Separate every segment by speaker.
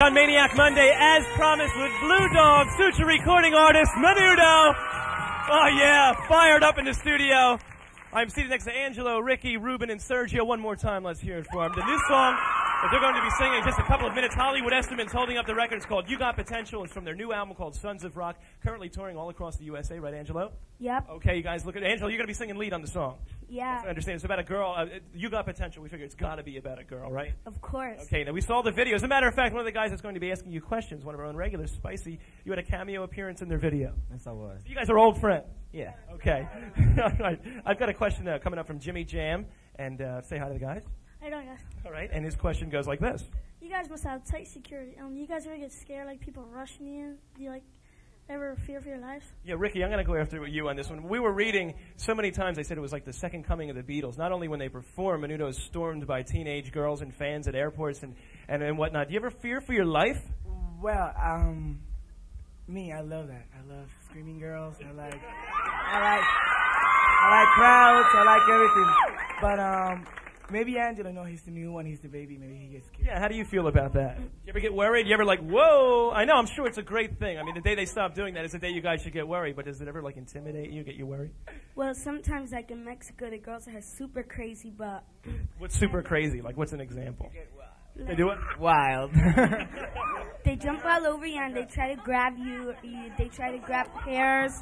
Speaker 1: On Maniac Monday, as promised, with Blue Dog, Suture recording artist Menudo. Oh yeah, fired up in the studio. I'm seated next to Angelo, Ricky, Ruben, and Sergio. One more time, let's hear it for them. The new song that they're going to be singing in just a couple of minutes. Hollywood Estimates holding up the record. It's called You Got Potential. It's from their new album called Sons of Rock. Currently touring all across the USA, right, Angelo?
Speaker 2: Yep.
Speaker 1: Okay, you guys, look at Angelo. You're going to be singing lead on the song.
Speaker 2: Yeah.
Speaker 1: I understand. It's about a girl. Uh, it- you got potential. We figure it's got to be about a girl, right?
Speaker 2: Of course.
Speaker 1: Okay, now we saw the video. As a matter of fact, one of the guys that's going to be asking you questions, one of our own regulars, Spicy, you had a cameo appearance in their video.
Speaker 3: Yes, I was.
Speaker 1: You guys are old friends.
Speaker 3: Yeah.
Speaker 1: Okay. All right. I've got a question uh, coming up from Jimmy Jam, and uh, say hi to the guys.
Speaker 2: I don't know.
Speaker 1: All right. And his question goes like this.
Speaker 2: You guys must have tight security. Um, you guys ever get scared like people rushing you? Do you like ever fear for your life?
Speaker 1: Yeah, Ricky, I'm going to go after you on this one. We were reading so many times, they said it was like the second coming of the Beatles. Not only when they perform, Menudo is stormed by teenage girls and fans at airports and, and, and whatnot. Do you ever fear for your life?
Speaker 3: Well, um, me, I love that. I love screaming girls. I like, I like, I like crowds. I like everything. But um, maybe Angelo, no, he's the new one. He's the baby. Maybe he gets scared.
Speaker 1: Yeah, how do you feel about that? Do you ever get worried? You ever like, whoa? I know, I'm sure it's a great thing. I mean, the day they stop doing that is the day you guys should get worried, but does it ever like intimidate you, get you worried?
Speaker 4: Well, sometimes, like in Mexico, the girls are super crazy, but
Speaker 1: What's super crazy? Like, what's an example? They do it?
Speaker 3: Wild.
Speaker 4: they jump all over you and they try to grab you. you they try to grab hairs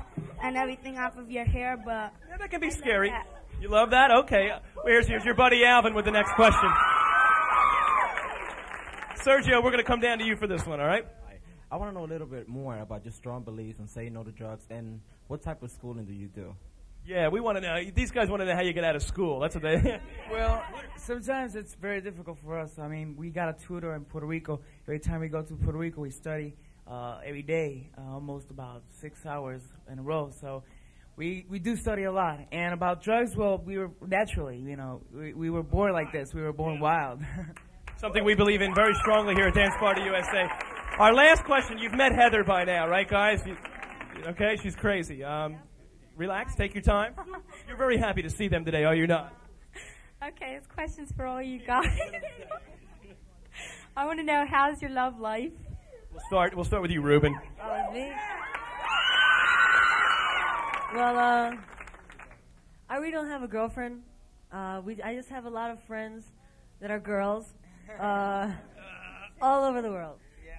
Speaker 4: and everything off of your hair, but
Speaker 1: Yeah, that can be scary.
Speaker 4: that.
Speaker 1: You love that? Okay. Well, here's, here's your buddy Alvin with the next question. Sergio, we're going to come down to you for this one, all right?
Speaker 5: I want to know a little bit more about your strong beliefs and say no to drugs and what type of schooling do you do?
Speaker 1: Yeah, we want to know. These guys want to know how you get out of school. That's what they.
Speaker 3: well, sometimes it's very difficult for us. I mean, we got a tutor in Puerto Rico. Every time we go to Puerto Rico, we study uh, every day, uh, almost about six hours in a row. So we we do study a lot. And about drugs, well, we were naturally, you know, we, we were born like this. We were born wild.
Speaker 1: Something we believe in very strongly here at Dance Party USA. Our last question. You've met Heather by now, right, guys? You, okay, she's crazy. Um, relax. Take your time. You're very happy to see them today, are you not?
Speaker 6: Okay, it's questions for all you guys. I want to know how's your love life?
Speaker 1: We'll start. We'll start with you, Ruben.
Speaker 7: Oh, me? Well, uh, I really don't have a girlfriend. Uh, we I just have a lot of friends that are girls, uh, all over the world.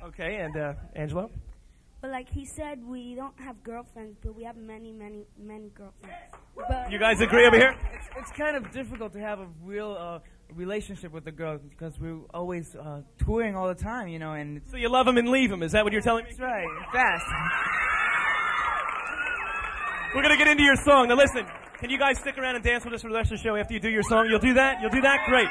Speaker 1: Okay, and uh, Angelo.
Speaker 4: but like he said, we don't have girlfriends, but we have many, many, many girlfriends. But
Speaker 1: You guys agree over here?
Speaker 3: it's, it's kind of difficult to have a real uh, relationship with the girls because we're always uh, touring all the time, you know, and it's
Speaker 1: So you love them and leave them. Is that what you're telling me?
Speaker 3: that's right, fast.
Speaker 1: We're gonna get into your song. Now listen, can you guys stick around and dance with us for the rest of the show after you do your song? You'll do that? You'll do that? Great.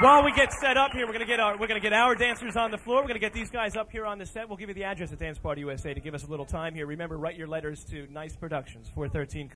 Speaker 1: While we get set up here, we're gonna get our we're gonna get our dancers on the floor. We're gonna get these guys up here on the set. We'll give you the address at Dance Party USA to give us a little time here. Remember, write your letters to Nice Productions, 413